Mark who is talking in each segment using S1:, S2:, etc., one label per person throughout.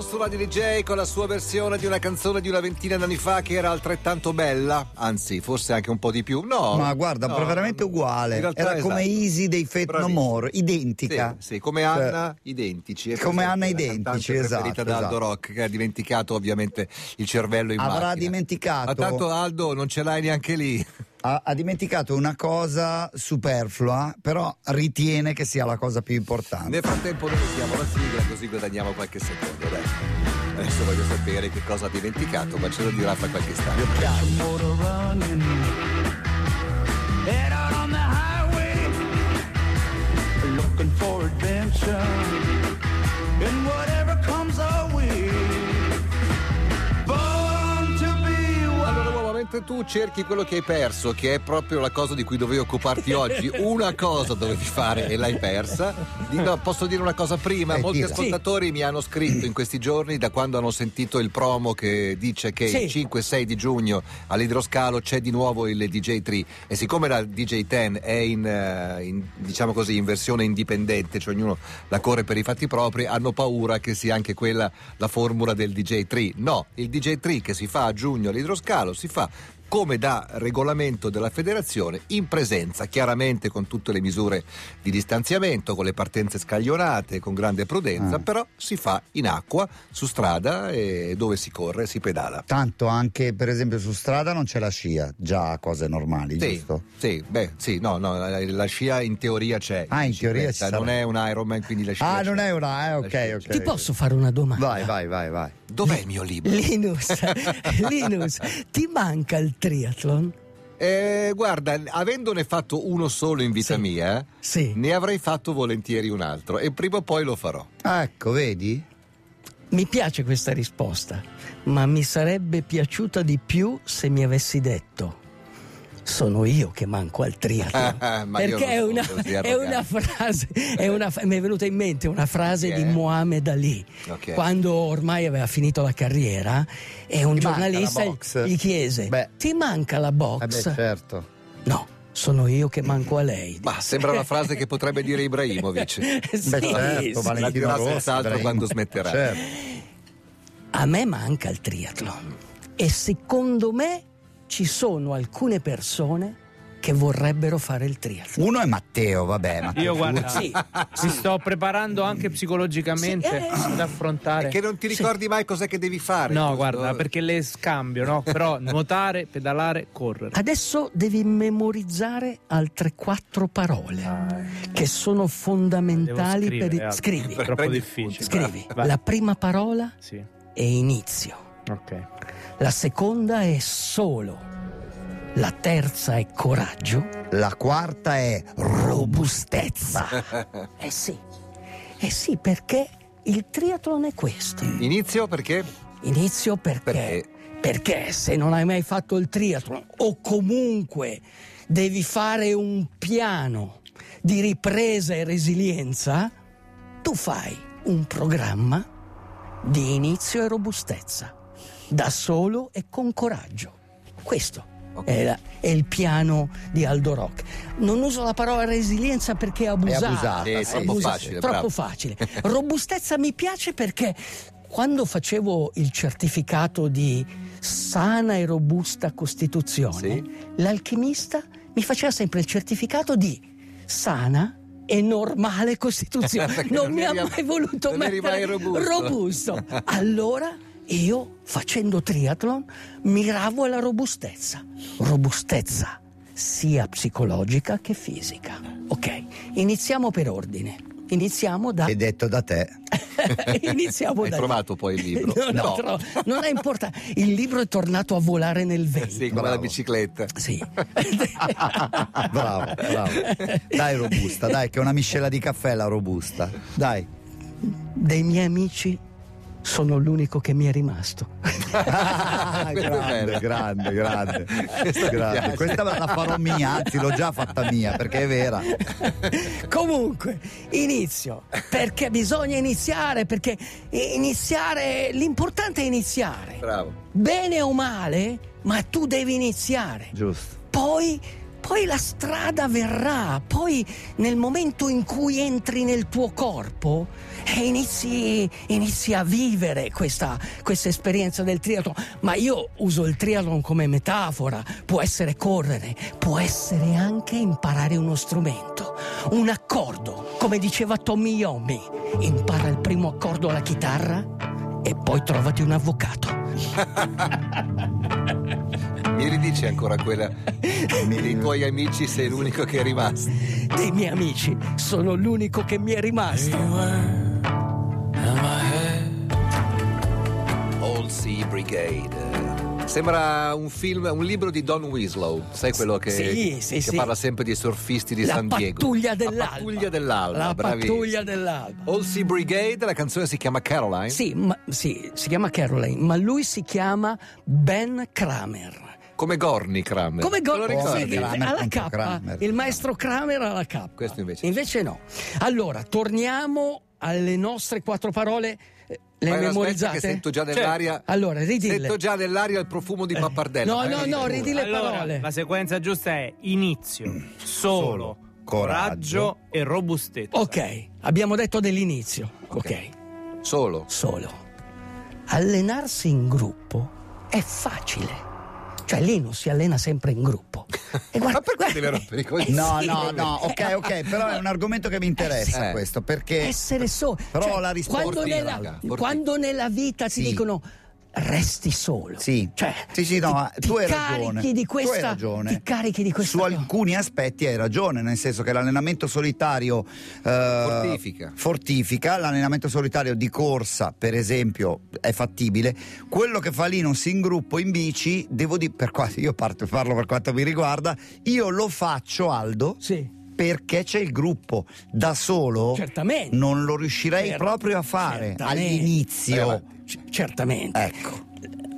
S1: su Radio DJ con la sua versione di una canzone di una ventina d'anni fa che era altrettanto bella, anzi forse anche un po' di più. No,
S2: Ma guarda,
S1: no,
S2: veramente
S1: no,
S2: uguale.
S1: in
S2: Era
S1: realtà esatto.
S2: come Easy dei Fate No
S1: Bravissimo.
S2: More, identitica.
S1: Sì, sì, come
S2: Cioè,
S1: Anna, identici. è
S2: come
S1: presente,
S2: Anna
S1: la
S2: identici,
S1: cantante preferita
S2: esatto,
S1: da Aldo
S2: esatto.
S1: Rock, che ha dimenticato ovviamente il cervello in
S2: Avrà
S1: macchina.
S2: dimenticato.
S1: Ma tanto Aldo non ce l'hai neanche lì.
S2: ha, ha dimenticato una cosa superflua, però ritiene che sia la cosa più importante.
S1: Nel frattempo noi mettiamo la sigla così guadagniamo qualche secondo. Dai. Adesso voglio sapere che cosa ha dimenticato, ma ce lo dirà fra qualche istante.
S3: motor running. Head out on the highway, looking for adventure. And whatever comes our way, born to be
S1: Allora,
S3: wild.
S1: uomo, mentre tu cerchi quello che hai perso, che è proprio la cosa di cui dovevi occuparti oggi, una cosa dovevi fare e l'hai persa. Di- no, posso dire una cosa prima?
S2: Eh,
S1: Molti
S2: dilla.
S1: ascoltatori mi hanno scritto in questi giorni, da quando hanno sentito il promo che dice che
S4: Sì.
S1: il 5-6 di giugno all'idroscalo c'è di nuovo il DJ3. E siccome la DJ10 è in, eh, in- diciamo così, in versione indipendente, cioè ognuno la corre per i fatti propri, hanno paura che sia anche quella la formula del DJ3. No, il DJ3 che si fa a giugno all'idroscalo si fa come da regolamento della federazione in presenza, chiaramente con tutte le misure di distanziamento, con le partenze scaglionate, con grande prudenza,
S2: Ah.
S1: però si fa in acqua, su strada e dove si corre, si pedala.
S2: Tanto anche, per esempio, su strada non c'è la scia, già cose normali,
S1: Sì,
S2: giusto?
S1: sì, beh, sì, no, no, la, la scia in teoria c'è.
S2: Ah, in teoria
S1: bicicletta,
S2: ci sarà.
S1: Non è un Ironman, quindi la scia
S2: Ah,
S1: c'è.
S2: non è una, eh,
S1: La
S2: ok,
S1: scia
S2: ok.
S1: c'è.
S4: Ti posso fare una domanda?
S2: Vai, vai, vai, vai.
S1: Dov'è il mio libro?
S4: Linus, Linus, ti manca il triathlon?
S1: Eh, guarda, avendone fatto uno solo in vita
S4: Sì.
S1: mia,
S4: Sì.
S1: ne avrei fatto volentieri un altro e prima o poi lo farò.
S2: Ah, Ecco, vedi?
S4: Mi piace questa risposta, ma mi sarebbe piaciuta di più se mi avessi detto sono io che manco al triathlon.
S1: Ah, ma io
S4: Perché è
S1: non
S4: una,
S1: sono così
S4: è una
S1: arrogante.
S4: frase, è una- mi è venuta in mente una frase
S1: Sì,
S4: di
S1: eh?
S4: Mohamed Ali,
S1: Ok.
S4: quando ormai aveva finito la carriera e un
S2: Ti manca la
S4: giornalista
S2: box?
S4: gli chiese,
S2: Beh.
S4: ti manca la
S2: Eh
S4: box?
S2: beh, certo.
S4: No, sono io che manco a lei.
S1: Ma sembra una frase che potrebbe dire Ibrahimovic.
S4: Sì,
S2: Beh, certo,
S4: sì.
S1: La
S2: Valentino
S1: dirà
S2: Rossi,
S1: senz'altro
S2: Ibrahim.
S1: quando smetterà.
S2: Certo.
S4: A me manca il triathlon e secondo me ci sono alcune persone che vorrebbero fare il triathlon.
S2: Uno è Matteo, vabbè,
S1: Eh,
S2: Matteo.
S5: Io guarda,
S4: Sì,
S5: mi sto preparando anche psicologicamente
S4: Sì, eh, sì.
S5: ad affrontare.
S1: E che non ti ricordi mai cos'è che devi fare.
S5: No,
S1: giusto?
S5: guarda, perché le scambio, no? Però nuotare, pedalare,
S4: Ah,
S5: correre.
S4: Adesso devi memorizzare altre quattro parole che sono fondamentali
S5: Devo scrivere, eh.
S4: per il...
S5: Aldo.
S4: Scrivi,
S5: È troppo
S1: Prendi-
S5: difficile.
S4: scrivi.
S5: Vai.
S4: La prima parola
S5: Sì,
S4: è inizio,
S5: ok.
S4: la seconda è solo, la terza è coraggio
S2: La quarta è
S4: robustezza. eh sì, eh sì, perché il triathlon è questo.
S1: Inizio perché?
S4: Inizio perché?
S1: Perché?
S4: Perché, se non hai mai fatto il triathlon o comunque devi fare un piano di ripresa e resilienza, tu fai un programma di inizio e robustezza, da solo e con coraggio. Questo
S1: Ok.
S4: è, la- è il piano di Aldo Rock. Non uso la parola resilienza perché è abusata.
S2: abusata,
S1: Sì, è troppo
S4: abusa-
S1: facile,
S4: troppo
S1: bravo.
S4: facile. Robustezza mi piace perché quando facevo il certificato di sana e robusta costituzione,
S1: Sì.
S4: l'alchimista mi faceva sempre il certificato di sana e normale costituzione.
S1: Perché
S4: non,
S1: non
S4: mi ha
S1: eri-
S4: mai voluto
S1: non eri
S4: mettere
S1: mai robusto.
S4: robusto. Allora io facendo triathlon miravo alla robustezza. Robustezza sia psicologica che fisica. Ok, iniziamo per ordine. Iniziamo da
S2: è detto da te.
S4: Iniziamo
S1: Hai
S4: da lì.
S1: trovato poi il libro?
S4: No, no,
S1: No.
S4: tro- non è importante. Il libro è tornato a volare nel vento.
S1: Sì, come
S2: Bravo.
S1: la bicicletta.
S4: Sì.
S2: Ah, Bravo, bravo. Dai robusta, dai che è una miscela di caffè la robusta. Dai.
S4: Dei miei amici sono l'unico che mi è rimasto.
S2: Ah, grande, grande, grande,
S1: Questa mi
S2: grande.
S1: piace.
S2: Questa la farò mia, anzi l'ho già fatta mia perché è vera.
S4: Comunque, inizio. Perché bisogna iniziare, perché iniziare, l'importante è iniziare.
S1: Bravo.
S4: Bene o male, ma tu devi iniziare.
S2: Giusto.
S4: Poi poi la strada verrà, poi nel momento in cui entri nel tuo corpo e inizi, inizi a vivere questa, questa esperienza del triathlon. Ma io uso il triathlon come metafora, può essere correre, può essere anche imparare uno strumento, un accordo, come diceva Tommy Yomi, impara il primo accordo alla chitarra e poi trovati un avvocato.
S1: Mi ridici ancora quella dei tuoi amici, sei l'unico che è rimasto.
S4: Dei miei amici, sono l'unico che mi è rimasto.
S1: All Sea Brigade. Sembra un film, un libro di Don Winslow, sai quello che,
S4: Sì, sì,
S1: che
S4: sì.
S1: parla sempre di surfisti di
S4: la
S1: San Diego.
S4: pattuglia dell'alba.
S1: La pattuglia dell'alba,
S4: La
S1: bravissimo.
S4: pattuglia dell'alba.
S1: All Sea Brigade, la canzone si chiama Caroline.
S4: Sì, ma- sì, si chiama Caroline, ma lui si chiama Ben Kramer.
S1: Come Gorni Kramer.
S4: Come
S1: Te lo
S4: gol
S1: ricordi?
S4: sì,
S2: Kramer
S4: alla
S2: contro
S4: K,
S2: Kramer.
S4: il maestro Kramer alla K.
S1: Questo invece.
S4: no. Allora, torniamo alle nostre quattro parole. eh, Le
S1: Vai, aspetta
S4: memorizzate?
S1: Che sento già nell'aria.
S4: Allora, ridille.
S1: Sento già nell'aria il profumo di
S4: Eh.
S1: pappardella.
S4: No,
S1: Vai,
S4: no,
S1: vai,
S4: no,
S1: vai.
S4: ridille le
S5: Allora,
S4: parole.
S5: La sequenza giusta è inizio, solo,
S2: Solo, coraggio,
S5: coraggio, e robustezza.
S4: Ok, abbiamo detto dell'inizio.
S1: Ok.
S4: ok.
S1: Solo.
S4: solo. Allenarsi in gruppo è facile. Cioè lì non si allena sempre in gruppo. E
S1: Ma perché deve rompere i coglioni?
S2: No,
S4: sì.
S2: no, no,
S4: Eh,
S2: ok, ok, però è un argomento che mi interessa
S1: Eh.
S2: questo, perché
S4: Essere solo.
S2: Però
S4: Cioè,
S2: la risposta-
S4: quando
S1: Forti,
S4: nella,
S1: raga, forti.
S4: quando nella vita
S2: Sì.
S4: ti dicono resti solo.
S2: Sì.
S4: Cioè,
S2: sì, sì, no,
S4: ti-
S2: ma
S4: ti
S2: tu hai
S4: carichi
S2: ragione.
S4: Di
S2: Tu hai
S4: questa,
S2: ragione.
S4: Ti carichi di questa
S2: Su alcuni aspetti hai ragione, nel senso che l'allenamento solitario eh,
S1: Fortifica.
S2: fortifica, l'allenamento solitario di corsa, per esempio, è fattibile. Quello che fa Linus in gruppo in bici, devo dire per qua, io parto, parlo per quanto mi riguarda, io lo faccio Aldo
S4: Sì.
S2: perché c'è il gruppo. Da solo
S4: Certamente.
S2: non lo riuscirei
S4: Cer-
S2: proprio a fare
S4: certamente.
S1: Vai
S2: all'inizio.
S1: avanti.
S4: C- certamente.
S2: Ecco.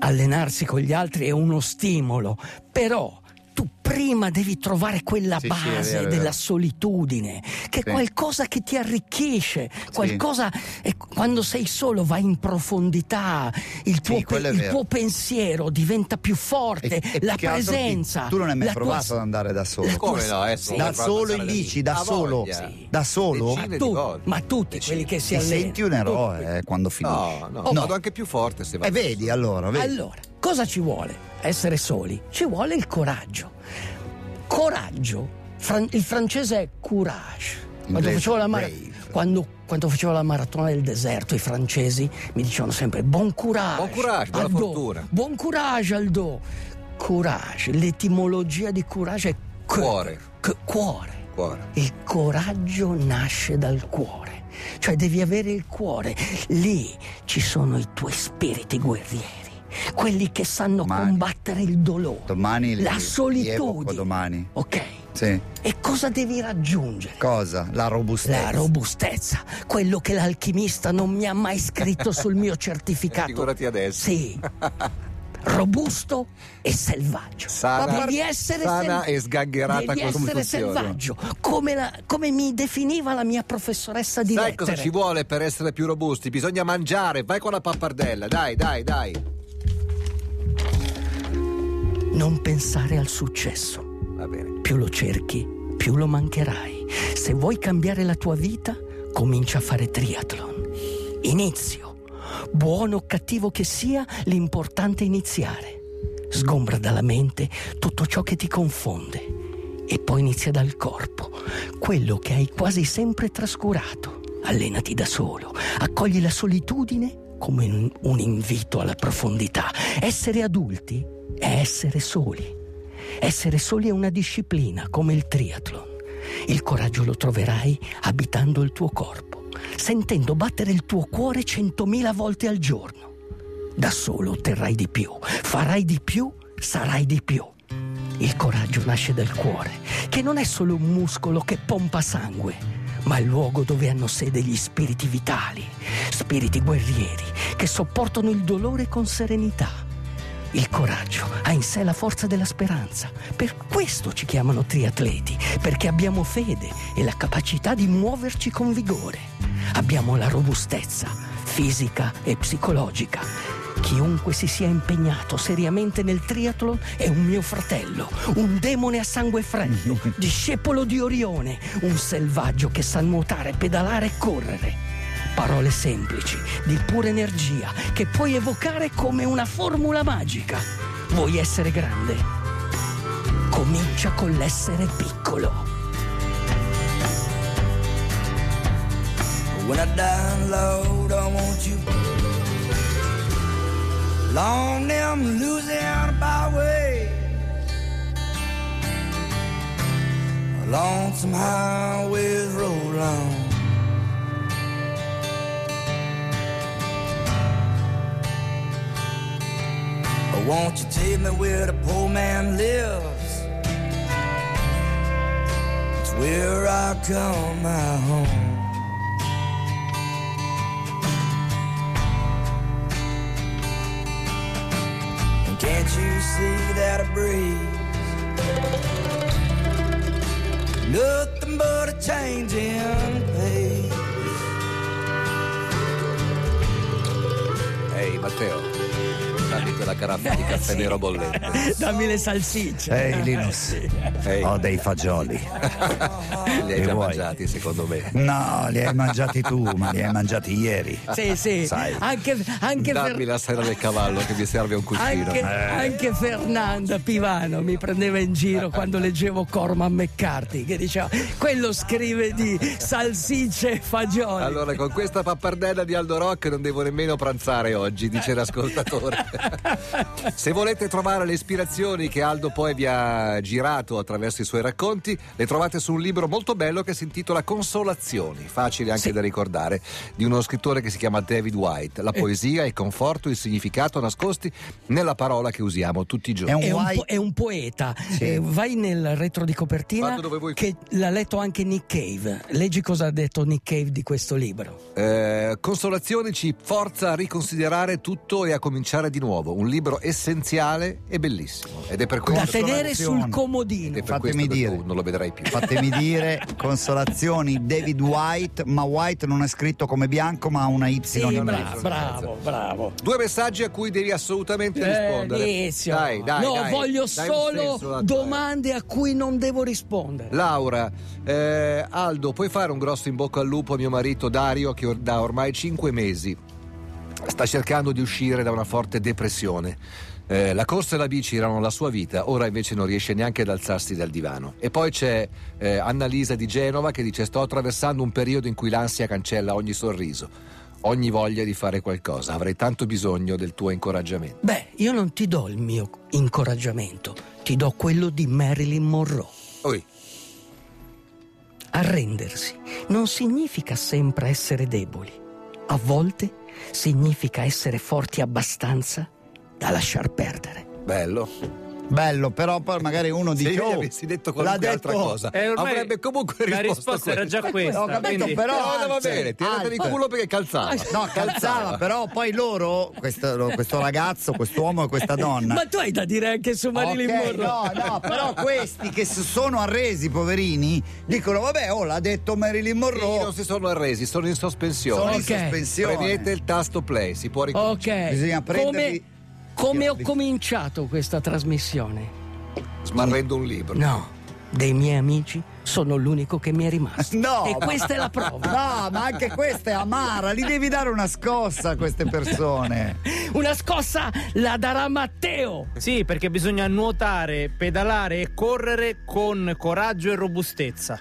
S4: allenarsi con gli altri è uno stimolo, però tu prima devi trovare quella
S2: Sì, sì, è
S4: base
S2: vero, è vero.
S4: della solitudine, che
S2: Sì.
S4: è qualcosa che ti arricchisce, qualcosa e quando sei solo vai in profondità, il tuo,
S2: quello è
S4: il
S2: vero.
S4: tuo pensiero diventa più forte,
S2: E- e
S4: Eh, la
S2: più che altro ti-
S4: presenza.
S2: tu non hai mai
S4: la tua-
S2: provato ad andare da solo.
S1: Come no? eh, sono
S2: Da
S1: proprio
S2: solo in
S1: andare
S2: bici,
S1: lì.
S2: da
S1: Ha
S2: solo,
S1: voglia.
S4: Sì.
S2: da solo.
S1: Decine
S4: Ma,
S1: di
S4: tu-
S1: volte.
S4: ma tutti quelli che si
S2: Ti
S4: allenano.
S2: senti un eroe eh, quando finisci.
S1: No, no, vado anche più forte se
S2: E
S1: vai.
S2: vedi allora, vedi.
S4: Allora, cosa ci vuole? Essere soli. Ci vuole il coraggio. Coraggio, fran- il francese è courage. Quando
S2: Inglese,
S4: facevo, la mara-
S2: brave.
S4: quando- quando facevo la maratona del deserto, i francesi mi dicevano sempre buon courage.
S1: Buon courage, buona
S4: Aldo.
S1: fortuna."
S4: Buon courage, Aldo. Courage, l'etimologia di courage è cœur,
S1: Cuore.
S4: c- cuore.
S1: Cuore.
S4: Il coraggio nasce dal cuore, cioè devi avere il cuore. Lì ci sono i tuoi spiriti guerrieri, quelli che sanno
S2: Domani.
S4: combattere il dolore,
S2: Domani li-
S4: la
S2: li evoco
S4: solitudine.
S2: domani.
S4: Ok.
S2: Sì.
S4: E cosa devi raggiungere?
S2: Cosa? La robustezza.
S4: La robustezza, quello che l'alchimista non mi ha mai scritto sul mio
S2: Eh,
S4: certificato.
S1: Figurati adesso.
S4: Sì. Robusto e selvaggio.
S1: Sana-
S4: Ma devi essere
S1: sana
S4: sel-
S1: e sgangherata
S4: devi
S1: come
S4: essere
S1: funziona.
S4: selvaggio, come, la- come mi definiva la mia professoressa di
S1: Sai
S4: lettere.
S1: cosa ci vuole per essere più robusti? Bisogna mangiare, vai con la pappardella, dai, dai, dai.
S4: Non pensare al successo.
S1: Va bene.
S4: Più lo cerchi, più lo mancherai. Se vuoi cambiare la tua vita, comincia a fare triathlon. Inizio. Buono o cattivo che sia, l'importante è iniziare. Sgombra dalla mente tutto ciò che ti confonde. E poi inizia dal corpo, quello che hai quasi sempre trascurato. Allenati da solo, accogli la solitudine come un, un invito alla profondità. Essere adulti è essere soli. Essere soli è una disciplina come il triathlon. Il coraggio lo troverai abitando il tuo corpo, sentendo battere il tuo cuore centomila volte al giorno. Da solo otterrai di più, farai di più, sarai di più. Il coraggio nasce dal cuore, che non è solo un muscolo che pompa sangue, ma il luogo dove hanno sede gli spiriti vitali, spiriti guerrieri che sopportano il dolore con serenità. Il coraggio ha in sé la forza della speranza. Per questo ci chiamano triatleti, perché abbiamo fede e la capacità di muoverci con vigore. Abbiamo la robustezza fisica e psicologica. Chiunque si sia impegnato seriamente nel triathlon è un mio fratello, un demone a sangue freddo, discepolo di Orione, un selvaggio che sa nuotare, pedalare e correre. Parole semplici, di pura energia, che puoi evocare come una formula magica. Vuoi essere grande? Comincia con l'essere piccolo.
S3: When I download, I want you. Long them Louisiana byway. Along some highways roll on. Oh, won't you take me where the poor man lives? It's where I call my home. And can't you see that a breeze? Nothing but a change in pace.
S1: Ehi Matteo, dammi quella caraffa di caffè nero bollente.
S4: Dammi le salsicce.
S2: Ehi
S4: Eh,
S2: Linus,
S1: Ehi,
S2: ho dei fagioli.
S1: li hai
S2: li
S1: già
S2: Oh, vuoi?
S1: mangiati secondo me.
S2: No, li hai mangiati tu, ma li hai mangiati ieri.
S4: Sì, sì,
S2: Sai.
S4: anche, anche
S1: Eh,
S4: per-
S1: Dammi la Eh. sera del cavallo che mi serve un cucino.
S4: Anche, anche Fernanda Pivano mi prendeva in giro quando leggevo Corman McCarthy che diceva quello scrive di salsicce e fagioli.
S1: Allora, con questa pappardella di Aldo Rock non devo nemmeno pranzare oggi, dice l'ascoltatore. Se volete trovare le ispirazioni che Aldo poi vi ha girato attraverso i suoi racconti, le trovate su un libro molto bello che si intitola Consolazioni, facile anche
S4: Sì.
S1: da ricordare, di uno scrittore che si chiama David White.
S2: Eh.
S1: La poesia, il conforto, il significato nascosti nella parola che usiamo tutti i giorni.
S2: È un
S4: È un,
S2: white-
S4: po- è un poeta.
S2: Sì.
S4: Eh, vai nel retro di copertina
S1: Vado dove vuoi.
S4: che l'ha letto anche Nick Cave. Leggi cosa ha detto Nick Cave di questo libro.
S1: Eh, Consolazioni ci forza a riconsiderare tutto e a cominciare di nuovo. Un libro essenziale e bellissimo. Ed è per questo,
S4: Da tenere sul
S1: ed
S4: comodino.
S1: è per
S2: Fatemi
S1: questo che
S2: dire.
S1: tu non lo vedrai più.
S2: Fatemi dire, consolazioni, David White, ma White non è scritto come bianco, ma ha una Y
S4: Sì,
S2: in mezzo.
S4: bravo, bravo, bravo.
S1: Due messaggi a cui devi assolutamente
S4: Eh,
S1: rispondere.
S4: Ezio.
S1: Dai, dai,
S4: no,
S1: dai.
S4: voglio
S1: Dai un senso
S4: solo
S1: alla tua-
S4: domande a cui non devo rispondere.
S1: Laura, eh, Aldo, puoi fare un grosso in bocca al lupo a mio marito Dario che or- da ormai 5 mesi sta cercando di uscire da una forte depressione. Eh, la corsa e la bici erano la sua vita, ora invece non riesce neanche ad alzarsi dal divano. E poi c'è eh, Annalisa di Genova che dice sto attraversando un periodo in cui l'ansia cancella ogni sorriso, ogni voglia di fare qualcosa, avrei tanto bisogno del tuo incoraggiamento.
S4: Beh, io non ti do il mio incoraggiamento, ti do quello di Marilyn Monroe.
S1: Oi,
S4: Arrendersi non significa sempre essere deboli, a volte significa essere forti abbastanza da lasciar perdere.
S1: bello.
S2: Bello, però poi magari uno
S1: Se
S2: dice...
S1: io gli
S2: "Oh,
S1: avessi detto
S2: l'ha
S1: qualunque
S2: detto-
S1: altra cosa,
S5: Eh, ormai
S1: avrebbe comunque
S5: la
S1: risposto
S5: risposta era
S1: questo.
S5: già questa.
S2: Ho capito,
S5: quindi-
S2: però-
S1: Però andava
S2: alza,
S1: bene, tirate di
S2: alza.
S1: culo perché
S4: Ah,
S1: calzava.
S2: No, calzava, però poi loro, questo, questo ragazzo, quest'uomo e questa donna...
S4: Ma tu hai da dire anche su Marilyn
S2: Ok,
S4: Monroe.
S2: No, no, però questi che si sono arresi, poverini, dicono: vabbè, oh, l'ha detto Marilyn
S1: Sì, non
S2: Monroe.
S1: si sono arresi, sono in sospensione.
S2: Sono in
S4: Ok.
S2: sospensione.
S1: Premete il tasto play, si può ricominciare.
S4: Ok,
S2: Bisogna prenderli-
S4: come, come ho cominciato questa trasmissione?
S1: Smarrendo un libro.
S4: No, dei miei amici sono l'unico che mi è rimasto.
S2: No,
S4: e
S2: ma-
S4: questa è la prova.
S2: No, ma anche questa è amara, gli devi dare una scossa a queste persone.
S4: Una scossa la darà Matteo.
S5: Sì, perché bisogna nuotare, pedalare e correre con coraggio e robustezza.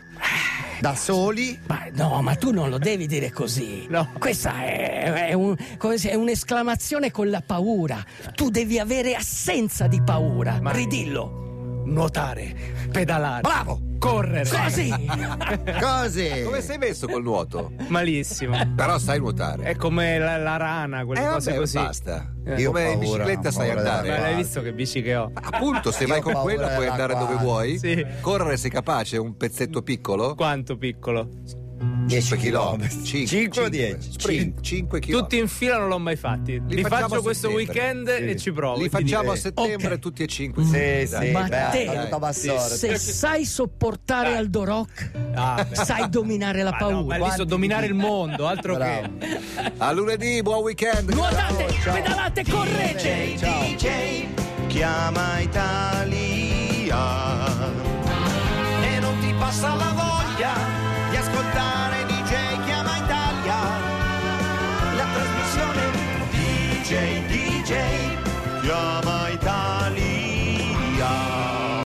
S2: Da soli?
S4: Ma no, ma tu non lo devi dire così.
S5: No.
S4: Questa è, è un- come se- è un'esclamazione con la paura. Tu devi avere assenza di paura.
S5: Ma-
S4: Ridillo.
S5: Nuotare, pedalare,
S2: Bravo!
S5: correre.
S4: Così.
S2: Cose!
S1: Come sei messo col nuoto?
S5: Malissimo.
S1: Però sai nuotare.
S5: È
S2: Ecco,
S5: come la, la rana, quelle
S1: Eh,
S5: cose
S1: vabbè,
S5: così.
S1: basta.
S5: Eh.
S2: Io ho
S1: Come in
S2: paura,
S1: bicicletta sai
S2: paura della
S1: andare.
S5: Ma
S2: guarda.
S5: l'hai visto che bici che ho?
S1: Appunto, se
S2: Io
S1: vai
S2: ho
S1: con
S2: paura
S1: quella puoi
S2: della
S1: andare dove
S2: guarda.
S1: vuoi.
S5: Sì.
S1: Correre sei capace, un pezzetto piccolo.
S5: Quanto piccolo?
S2: 10
S1: chilometri.
S2: 5 o 10?
S1: 5 km.
S5: Tutti in fila non l'ho mai fatti. Li,
S1: facciamo a
S5: faccio questo
S1: settembre.
S5: weekend
S2: Sì.
S5: e ci provo.
S1: Li
S5: e ti
S1: facciamo a
S5: dico.
S1: settembre
S4: Ok.
S1: tutti e cinque.
S4: Mm.
S2: Sì, sì,
S4: Ma
S2: beh,
S4: te-
S2: saluto a Bassoro.
S4: Se sai sopportare Aldo Rock,
S5: Ah, beh.
S4: sai dominare la
S5: Ma no, ma
S4: paura.
S5: lì so dominare il mondo, altro
S2: Bravo.
S5: che.
S1: A lunedì, buon weekend.
S4: Nuotate, pedalate, correte!
S3: DJ chiama Italia e non ti passa la voglia di ascoltare DJ chiama Italia la trasmissione DJ DJ chiama Italia